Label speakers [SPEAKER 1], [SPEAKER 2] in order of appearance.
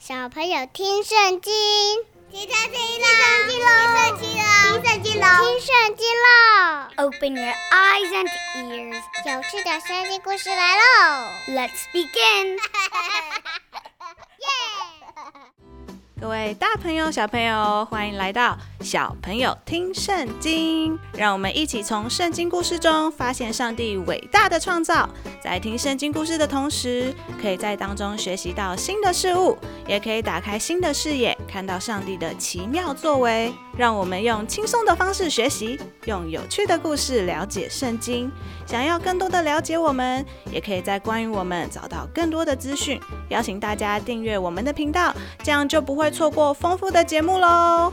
[SPEAKER 1] 小朋友听圣经，
[SPEAKER 2] 听圣经啦！听圣经啦！听圣经啦！
[SPEAKER 1] 听圣经喽！
[SPEAKER 3] Open your eyes and ears.
[SPEAKER 1] 有趣的圣经故事来喽！
[SPEAKER 3] Let's begin.
[SPEAKER 4] 各位大朋友、小朋友，欢迎来到小朋友听圣经。让我们一起从圣经故事中发现上帝伟大的创造。在听圣经故事的同时，可以在当中学习到新的事物，也可以打开新的视野，看到上帝的奇妙作为。让我们用轻松的方式学习，用有趣的故事了解圣经。想要更多的了解我们，也可以在关于我们找到更多的资讯。邀请大家订阅我们的频道，这样就不会错过丰富的节目喽。